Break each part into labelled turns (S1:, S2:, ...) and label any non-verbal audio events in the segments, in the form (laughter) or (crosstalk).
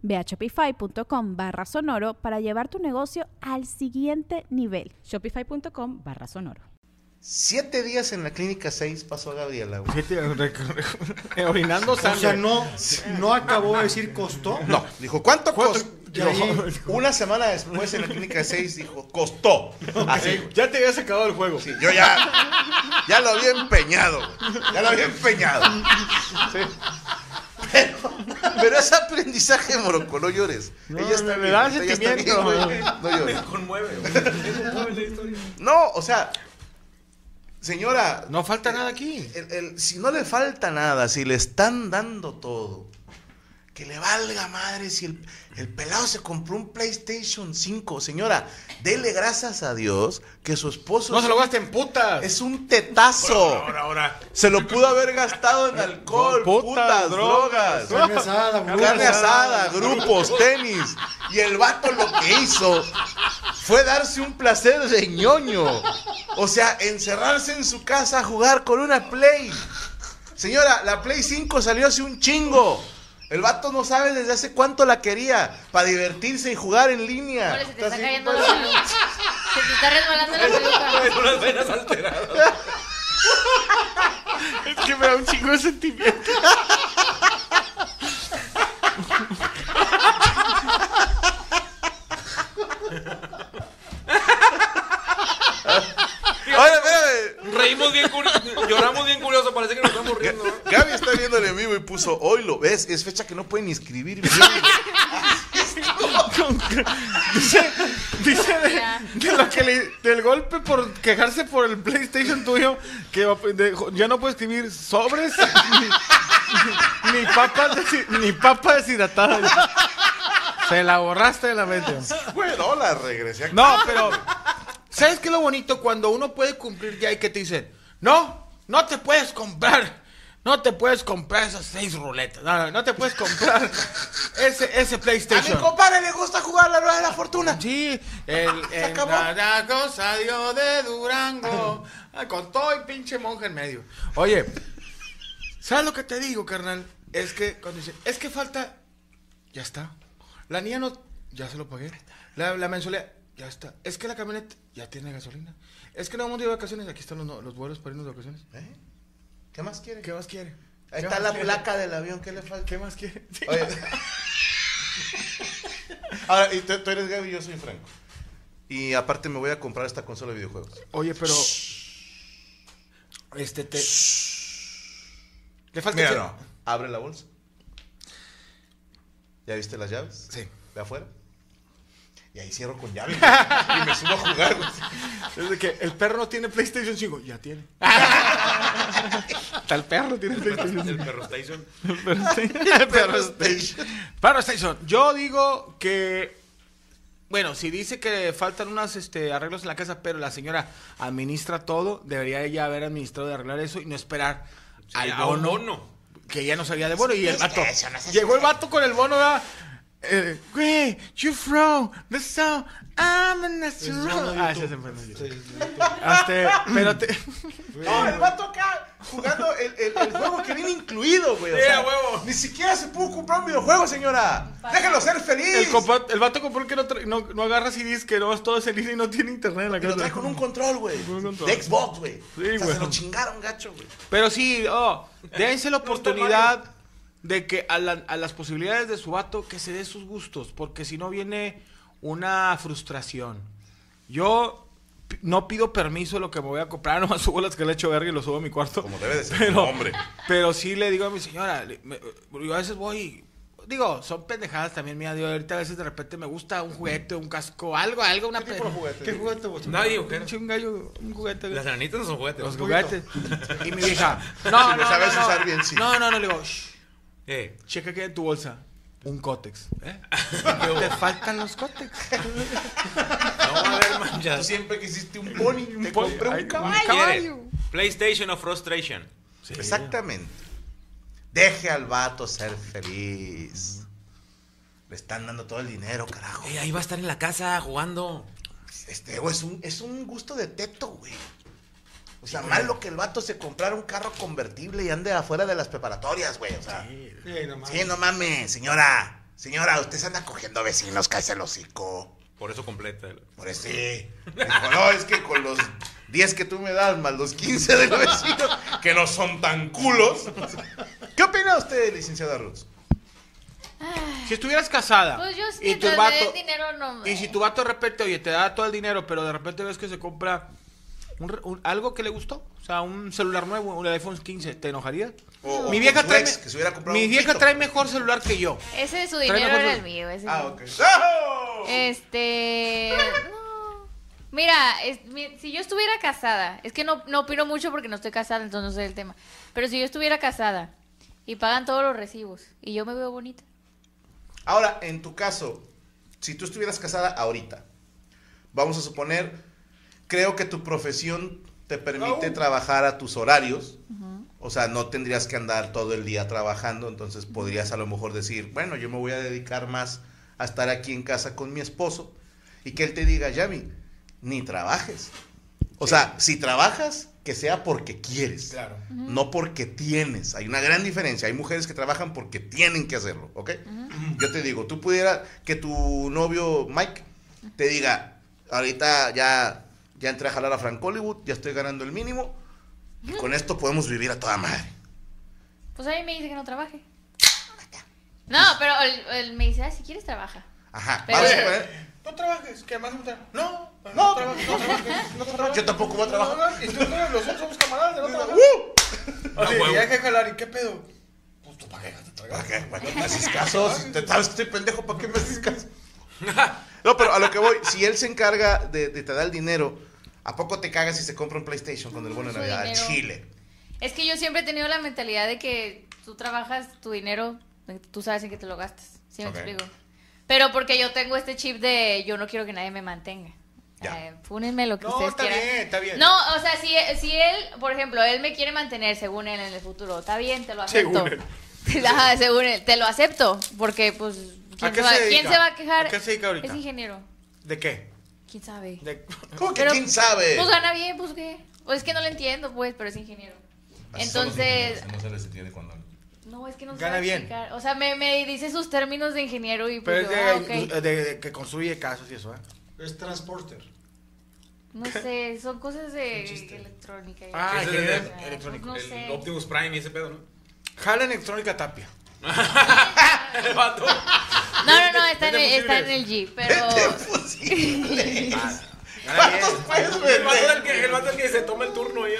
S1: Ve a shopify.com barra sonoro para llevar tu negocio al siguiente nivel.
S2: Shopify.com barra sonoro.
S3: Siete días en la clínica 6 pasó a Gabriela. güey.
S4: Orinando
S5: O sea,
S4: sangre.
S5: no, no acabó de decir costó.
S3: No, dijo, ¿cuánto
S4: ¿Cuánto?
S3: costó?
S5: Ya ahí-
S3: Una semana después en la clínica 6 dijo, costó. Así, güey.
S4: Ya te habías acabado el juego.
S3: Sí, yo ya, ya lo había empeñado, güey. Ya lo había empeñado. Pero, pero es aprendizaje, Morocco, no llores. ella está
S4: le
S3: bien,
S4: da
S3: ella está
S4: sentimiento.
S3: bien, güey. no llores.
S5: Conmueve. güey.
S3: No, o sea, señora,
S4: No falta nada aquí.
S3: el- el- si no le falta nada, si le están dando todo, que le valga madre si el, el pelado se compró un PlayStation 5. Señora, dele gracias a Dios que su esposo
S4: No se lo gasten putas.
S3: es un tetazo.
S5: Ahora, ahora.
S3: Se lo pudo haber gastado en alcohol,
S4: Putas,
S3: putas, drogas,
S5: Carne asada, güey.
S3: carne asada, grupos, tenis. Y el vato lo que hizo fue darse un placer de ñoño. O sea, encerrarse en su casa a jugar con una Play. Señora, la Play 5 salió hace un chingo. El vato no sabe desde hace cuánto la quería para divertirse y jugar en línea.
S6: Ole, se te está cayendo la peluca. Se te está resbalando la peluca.
S5: Con las venas alteradas.
S4: Es que me da un chingo de sentimiento.
S3: Oye, espérame.
S5: Reímos bien curioso. Lloramos bien curioso. Parece que nos estamos riendo. ¿no?
S3: Gaby está viendo el en vivo y puso, hoy lo ves, es fecha que no pueden inscribir.
S4: Dice, dice
S6: Ya.
S4: de, de lo que le- del golpe por quejarse por el PlayStation tuyo que de- ya no puede escribir sobres ni, ni papas desi- ni papa deshidratada. Se la borraste de la mente.
S3: Güey, no la regresé. a-
S4: No, pero ¿sabes qué es lo bonito cuando uno puede cumplir ya y que te dicen, "No, no te puedes comprar no te puedes comprar esas seis ruletas. No, no, no te puedes comprar ese, ese
S3: A mi
S4: PlayStation.
S3: compadre le gusta jugar la rueda de la fortuna.
S4: Sí,
S3: (laughs)
S4: el, el
S3: acabó.
S4: nada cosa dio de
S3: (laughs)
S4: Durango. Ah, Con todo el pinche monje en medio. Oye, ¿sabes lo que te digo, carnal? Es que cuando dice, es que falta. Ya está. La niña no. Ya se lo pagué. La, la mensualidad. Ya está. Es que la camioneta ya tiene gasolina. Es que no vamos a ir de vacaciones. Aquí están los, los vuelos para irnos de vacaciones.
S3: ¿Eh? ¿Qué más quiere?
S4: ¿Qué más quiere?
S3: Ahí
S4: ¿Qué
S3: está
S4: más
S3: la
S4: quiere?
S3: placa del avión, ¿qué le falta?
S4: ¿Qué más quiere? Sí.
S3: Oye. Ahora, y tú, tú eres Gaby y yo soy Franco. Y aparte me voy a comprar esta consola de videojuegos.
S4: Oye, pero. Este te. Le falta.
S3: Ah, Mira,
S4: que-
S3: no. Abre la bolsa. ¿Ya viste las llaves?
S4: Sí.
S3: De afuera. Y ahí cierro con llave. güey. y me subo a jugar. güey.
S4: Es de que el perro no tiene PlayStation 5. Ya tiene. Tal perro tiene PlayStation
S5: El perro Station.
S3: (laughs)
S4: 5. (laughs) El perro
S3: PlayStation.
S4: Perro Station. Yo digo que. Bueno, si dice que faltan unos este, arreglos en la casa, pero la señora administra todo, debería ella haber administrado de arreglar eso y no esperar al
S5: a un
S4: bono,
S5: bono.
S4: Que ella no sabía de bono. Y el vato.
S3: Eso no se
S4: llegó el vato con el bono, ¿verdad? Eh, güey, you from the song I'm a natural. Ah, ese es el bono de YouTube. Este, pero te-
S3: No, el vato acá jugando el, el- el juego que viene incluido, güey. o
S5: Sí,
S3: sea,
S5: a huevo.
S3: Ni siquiera se pudo comprar un videojuego, señora. Déjalo ser feliz.
S4: El, compa- el vato compró el que no, tra- no, no agarra CDs, que no es todo es en línea y no tiene internet en la
S3: Y lo trae
S4: casa.
S3: con un control, güey.
S4: Con un control.
S3: De Xbox, güey.
S4: Sí,
S3: o sea,
S4: güey.
S3: se lo chingaron, gacho, güey.
S4: Pero sí, oh, dense la
S5: No está
S4: oportunidad de que a, la- a las posibilidades de su vato que se dé sus gustos, porque si no viene una frustración. Yo p- no pido permiso de lo que me voy a comprar, (laughs) nomás subo las que le echo verga y lo subo a mi cuarto.
S3: Como debe de ser,
S4: Pero,
S3: como hombre.
S4: pero sí le digo a mi señora, le- me- yo a veces voy, digo, son pendejadas también mías, digo, ahorita a veces de repente me gusta un juguete, un casco, algo, algo, una
S3: ¿Qué tipo de juguete?
S4: ¿Qué juguete vos?
S5: Nadie, ¿o qué?
S4: Pinche Un gallo, un juguete.
S5: Las nanitas no son juguetes.
S4: Los
S3: (laughs)
S5: ¿no?
S4: juguetes. Y mi vieja,
S3: Si
S4: no,
S3: lo
S4: no,
S3: sabes
S4: no, no.
S3: usar bien, sí.
S4: No, no, no, le digo, "Shh,
S5: Eh,
S4: checa que hay en tu bolsa. Un cótex.
S3: (laughs)
S4: ¿Eh? Te faltan los cótex.
S5: no va a haber
S3: Tú
S5: manchas.
S3: siempre quisiste un pony, te
S4: pony.
S3: compré
S4: Ay,
S3: un caballo.
S5: ¿Qué quiere? PlayStation o Frustration.
S3: Exactamente. Deje al vato ser feliz. Le están dando todo el dinero, carajo.
S5: Eh, ahí va a estar en la casa jugando.
S3: Este, güey, es un, es un gusto de teto, güey. O sea, malo que el vato se comprara un carro convertible y ande afuera de las preparatorias, güey. O sea, sí, no mames, señora. Señora, usted se anda cogiendo vecinos, cállese el hocico.
S5: Por eso completa. el-
S3: Por eso sí. Dijo, no, es que con los 10 que tú me das, más los 15 del vecino, que no son tan culos. ¿Qué opina usted, licenciada Ruth?
S4: Si estuvieras casada
S6: Pues yo sí,
S4: y tu
S6: mientras me
S4: vato
S6: den dinero no
S4: y si tu vato de repente, oye, te da todo el dinero, pero de repente ves que se compra un re- un- algo que le gustó, o sea, un celular nuevo, un iPhone 15, ¿te enojaría?
S3: O- o
S4: mi vieja
S3: con tu
S4: trae
S3: ex,
S4: me-
S3: que se hubiera comprado
S4: Mi
S3: un
S4: vieja
S3: pito.
S4: trae mejor celular que yo.
S6: Ese de su
S4: Trae
S6: dinero
S4: mejor
S6: era
S4: su-
S6: el mío. Ese
S3: Ah,
S6: no.
S3: ok. ¡Oh!
S6: Este. no. Mira, es- mi- si yo estuviera casada, es que no, no opino mucho porque no estoy casada, entonces no sé el tema. Pero si yo estuviera casada y pagan todos los recibos y yo me veo bonita.
S3: Ahora, en tu caso, si tú estuvieras casada ahorita, vamos a suponer, creo que tu profesión te permite trabajar a tus horarios, o sea, no tendrías que andar todo el día trabajando, entonces podrías a lo mejor decir, bueno, yo me voy a dedicar más a estar aquí en casa con mi esposo y que él te diga, Yami, ni trabajes. O sea, si trabajas, que sea porque quieres.
S4: Claro.
S3: No porque tienes. Hay una gran diferencia. Hay mujeres que trabajan porque tienen que hacerlo, ¿ok? Yo te digo, tú pudieras que tu novio Mike te diga, ahorita ya, ya entré a jalar a Frank Hollywood, ya estoy ganando el mínimo, y con esto podemos vivir a toda madre.
S6: Pues a mí me dice que no trabaje. No, pero él, él me dice, "Ah, si quieres trabaja.
S3: Ajá.
S6: Pero-
S3: vamos a poner-
S4: No trabajes, que más No, no,
S3: no
S4: trabajes, no trabajes, no
S3: (laughs)
S4: trabajes.
S3: Yo tampoco voy a trabajar.
S4: y tú los otros somos camaradas,
S3: (laughs)
S4: no trabajar.
S5: Oye, y hay
S4: que jalar, ¿y qué pedo? Pues tú para
S3: ¿Para qué? ¿Para qué me haces caso? Si te sabes que estoy pendejo, ¿para qué me haces caso? No, pero a lo que voy, si él se encarga de, de te dar el dinero, ¿a poco te cagas si se compra un PlayStation con el bono de
S6: Su
S3: Navidad? Al
S6: dinero.
S3: Chile.
S6: Es que yo siempre he tenido la mentalidad de que tú trabajas tu dinero, tú sabes en qué te lo gastas. ¿Sí me
S3: Ok.
S6: explico? Pero porque yo tengo este chip de yo no quiero que nadie me mantenga.
S3: Ya.
S6: Eh, fúnenme lo que
S4: No,
S6: ustedes
S4: está
S6: quieran.
S4: bien, está bien.
S6: No, o sea, si, si él, por ejemplo, él me quiere mantener según él en el futuro, está bien, te lo acepto.
S4: Según él.
S6: (laughs) Ajá, según él, te lo acepto. Porque, pues, ¿quién,
S4: qué
S6: se, va,
S4: se
S6: quién
S4: dedica?
S6: se va a quejar?
S4: ¿A qué se dedica ahorita?
S6: Es ingeniero.
S4: ¿De qué?
S6: ¿Quién sabe?
S4: De-
S3: ¿Cómo que
S6: Pero-
S3: quién sabe? (laughs)
S6: Pues gana bien, pues qué. Pues es que no lo entiendo, pues, pero es ingeniero.
S3: Así son los
S6: Entonces,
S3: ingenieros, No se les entiende cuando.
S6: no, es que no
S4: Gana
S6: sabe
S4: bien.
S6: explicar. O sea, me, me dice sus términos de ingeniero y
S4: Pero
S6: pues
S4: es
S6: yo,
S4: de, eh,
S6: ah, ok.
S4: de- de- de que construye casos y eso, ¿eh?
S7: Es transporter.
S6: No sé, son cosas de electrónica. y
S4: Ah,
S6: cosas,
S5: ese de-
S6: o sea,
S5: Pues
S4: electrónico.
S6: No sé.
S5: El Optimus Prime y ese pedo, ¿no?
S4: Jala electrónica tapia.
S5: El vato.
S6: No, no, no, está en el,
S5: Vende
S6: está en el
S5: fusibles.
S6: G, pero...
S3: (laughs) Pues
S6: (laughs)
S3: ¿Cuántos puedes
S5: El vato era
S3: vender?
S5: el que, el vato era el que se toma el turno ahí.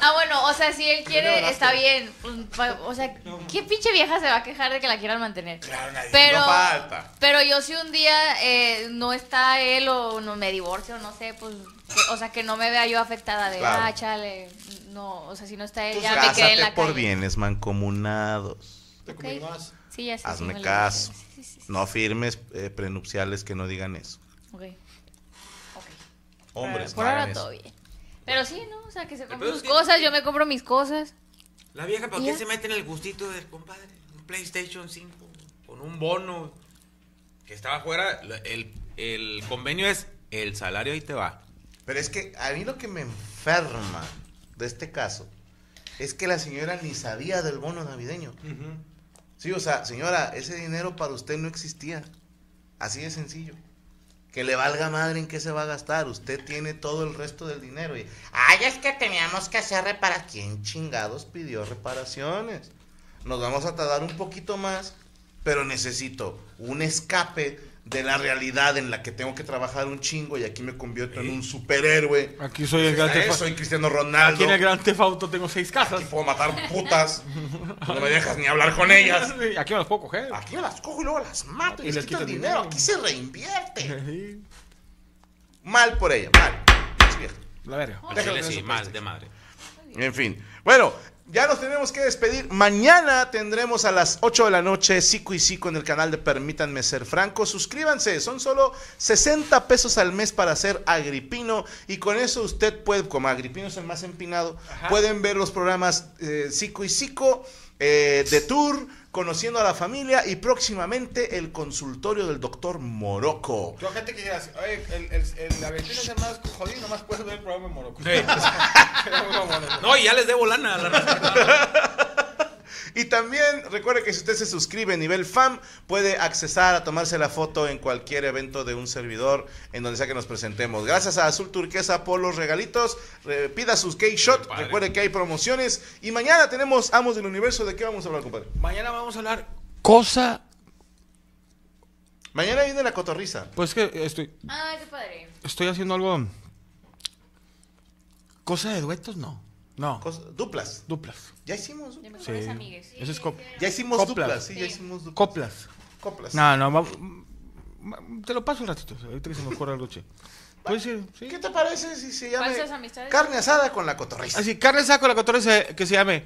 S6: Ah, bueno, o sea, si él quiere, está bien. Pues, pa- O sea, ¿qué pinche vieja se va a quejar de que la quieran mantener? Claro, nadie. Pero,
S3: no falta.
S6: Pero yo si un día eh, no está él o no me divorcio, no sé, pues... que- o sea, que no me vea yo afectada de,
S3: Claro.
S6: ah, chale, no, o sea, si no está él,
S3: Pues
S6: ya me quedé en
S3: cásate
S6: la
S3: por
S6: calle.
S3: bienes mancomunados.
S7: Te
S6: Ok.
S7: comí más.
S6: Sí, ya sé, sí
S3: Hazme
S6: me lo
S3: caso.
S6: dije. Sí, sí, sí.
S3: No firmes eh, prenupciales que no digan eso.
S6: Ok. Ok.
S3: Hombres,
S6: por
S3: no
S6: ahora
S3: hagan eso.
S6: todo bien. Pero sí, ¿no? O sea, que se compre
S5: pedo
S6: sus
S5: es que-
S6: cosas, yo me compro mis cosas.
S5: La vieja, ¿para
S6: ¿Y
S5: qué
S6: ya?
S5: se mete en el gustito del compadre? Un PlayStation 5 con un bono que estaba afuera. la- El, el convenio es el salario ahí te va.
S3: Pero es que a mí lo que me enferma de este caso es que la señora ni sabía del bono navideño. Sí, o sea, señora, ese dinero para usted no existía. Así de sencillo. Que le valga madre en qué se va a gastar. Usted tiene todo el resto del dinero. Y, Ay, es que teníamos que hacer reparaciones. ¿Quién chingados pidió reparaciones? Nos vamos a tardar un poquito más, pero necesito un escape de la realidad en la que tengo que trabajar un chingo y aquí me convierto en un superhéroe.
S7: Aquí soy el gran
S3: Hasta eso,
S7: tefa-
S3: soy Cristiano
S7: Aquí
S3: Ronaldo.
S7: en el gran tefauto tengo seis casas.
S3: Aquí puedo matar putas. No me dejas ni hablar con
S4: (laughs)
S3: ellas.
S7: (laughs) Sí, Aquí me las puedo coger.
S4: Ah.
S3: Aquí me las cojo y luego las mato y,
S7: Y
S3: les
S7: les
S3: quito el
S7: quitas
S3: dinero.
S7: dinero.
S3: Aquí se reinvierte.
S7: Sí,
S3: (laughs) Mal por ella, mal. Pinche vieja.
S7: La verga.
S5: Al
S3: Déjalo
S5: chile
S3: en
S5: sí,
S3: eso,
S5: mal, de madre.
S3: En fin. Bueno, ya nos tenemos que despedir. Mañana tendremos a las 8 de la noche Sico y Sico en el canal de Permítanme Ser Franco. Suscríbanse, son solo 60 pesos al mes para ser agripino. Y con eso usted puede, como agripino es el más empinado, pueden ver los programas eh, Sico y Sico, eh, de Tour, Conociendo a la Familia y próximamente el consultorio del doctor Morocco.
S4: Yo, gente que digas, oye, el, el, el, la vecina es el más jodido, nomás puedes ver el programa en (laughs) Morocco.
S5: No, y ya les debo lana a la raza.
S3: Y también recuerde que si usted se suscribe a nivel FAM, puede accesar a tomarse la foto en cualquier evento de un servidor en donde sea que nos presentemos. Gracias a Azul Turquesa por los regalitos. Re- pida sus cake shot.
S5: Padre.
S3: Recuerde que hay promociones. Y mañana tenemos Amos del Universo. ¿De qué vamos a hablar, compadre?
S4: Mañana vamos a hablar cosa.
S3: Mañana viene la cotorriza.
S7: Pues que estoy,
S6: Ay, Ah, qué padre.
S7: estoy haciendo algo.
S4: ¿Cosa de duetos? No. No.
S3: Cos- Duplas.
S7: Duplas.
S3: Ya hicimos.
S6: De
S3: duplas.
S6: mejores
S7: Sí.
S6: amigues.
S7: Eso es cop-
S3: Ya hicimos
S7: Coplas.
S3: duplas. Sí, ya
S6: Sí.
S3: hicimos duplas.
S7: Coplas.
S3: Coplas.
S7: No, no, va- mm, te lo paso un ratito. Ahorita que se me ocurre algo chido. Puede ser, sí.
S3: ¿Qué te parece si se llama
S6: Falsas amistades.
S3: carne asada con la cotorriza?
S7: Así, carne saco la 14 que se llame.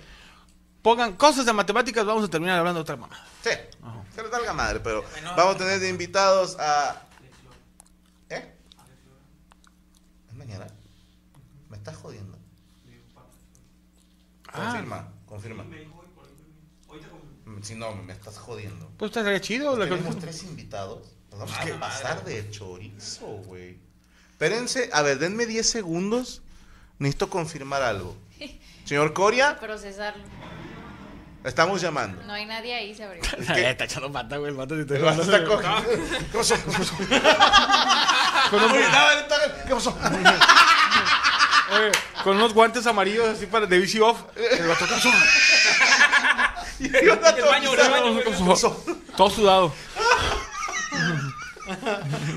S7: Pongan cosas de matemáticas, vamos a terminar hablando de otra mamada.
S3: Sí, se les valga madre, pero vamos a tener de invitados a. ¿Eh? ¿Es mañana? ¿Me estás jodiendo? Confirma, confirma. Mm, Si no, me estás jodiendo.
S7: Pues estaría chido. la
S3: Tenemos
S7: cosa.
S3: tres invitados. Nos vamos a pasar de chorizo, güey. Espérense, a ver, denme 10 segundos. Necesito confirmar algo. Señor Coria,
S6: Procesarlo.
S3: estamos llamando.
S6: No hay nadie ahí, se abrió.
S3: Es que-
S7: Está echando pata, güey, el vato se (laughs)
S3: El
S7: te-
S3: vato está cogido. ¿Qué pasó? ¿Qué pasó? Oye, nada, él está- ¿Qué pasó?
S7: Oye, eh, con unos guantes amarillos así para de BC
S3: (laughs)
S7: off. El vato ¿qué
S3: Y hay otra
S5: El baño, el baño,
S3: autorizada.
S5: el
S7: pasó?
S3: ¿Qué pasó?
S7: Todo sudado.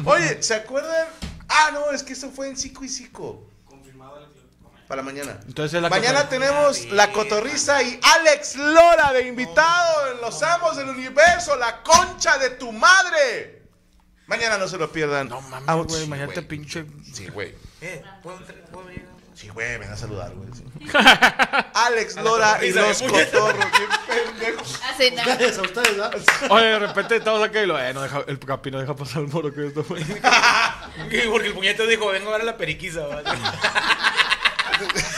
S3: Oye, ¿se acuerdan? Ah, no, es que eso fue en Cico y Cico. Para mañana.
S7: Entonces es la
S3: mañana
S7: cotorriza.
S3: tenemos la cotorriza y Alex Lora de invitado en Los Amos del Universo, la concha de tu madre. Mañana no se lo pierdan.
S7: No mames,
S3: Ah,
S7: güey,
S3: sí,
S7: mañana te pinche.
S3: Sí, güey.
S5: Eh, ¿puedo entrar? ¿Puedo venir?
S3: Sí, güey, ven a saludar, güey. sí. Alex Lora y
S5: cotorriza de
S3: los
S5: puñetas.
S3: cotorros. Qué pendejos.
S6: A cenar.
S8: Gracias a ustedes, ¿verdad?
S7: Oye, de repente estamos acá y lo. Eh, no deja, el capi no deja pasar el moro que esto fue.
S5: Y Porque el puñete dijo, vengo a ver a la periquisa. ¿vale?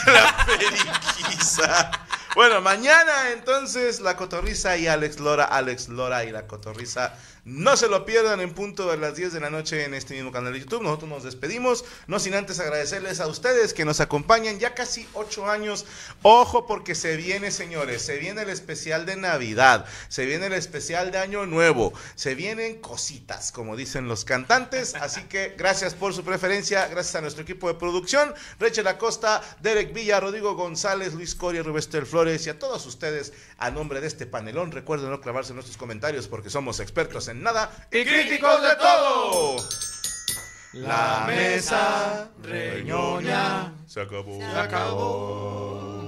S3: La periquisa. Bueno, mañana entonces la cotorriza y Alex Lora, Alex Lora y la cotorriza. No se lo pierdan en punto de las 10 de la noche en este mismo canal de YouTube. Nosotros nos despedimos, no sin antes agradecerles a ustedes que nos acompañan ya casi 8 años. Ojo porque se viene, señores, se viene el especial de Navidad, se viene el especial de Año Nuevo, se vienen cositas, como dicen los cantantes. Así que gracias por su preferencia, gracias a nuestro equipo de producción, Rachel Acosta, Derek Villa, Rodrigo González, Luis Coria, Rubestel Flores y a todos ustedes a nombre de este panelón. Recuerden no clavarse en nuestros comentarios porque somos expertos en nada y críticos de todo. La mesa reñoña se acabó. Se acabó.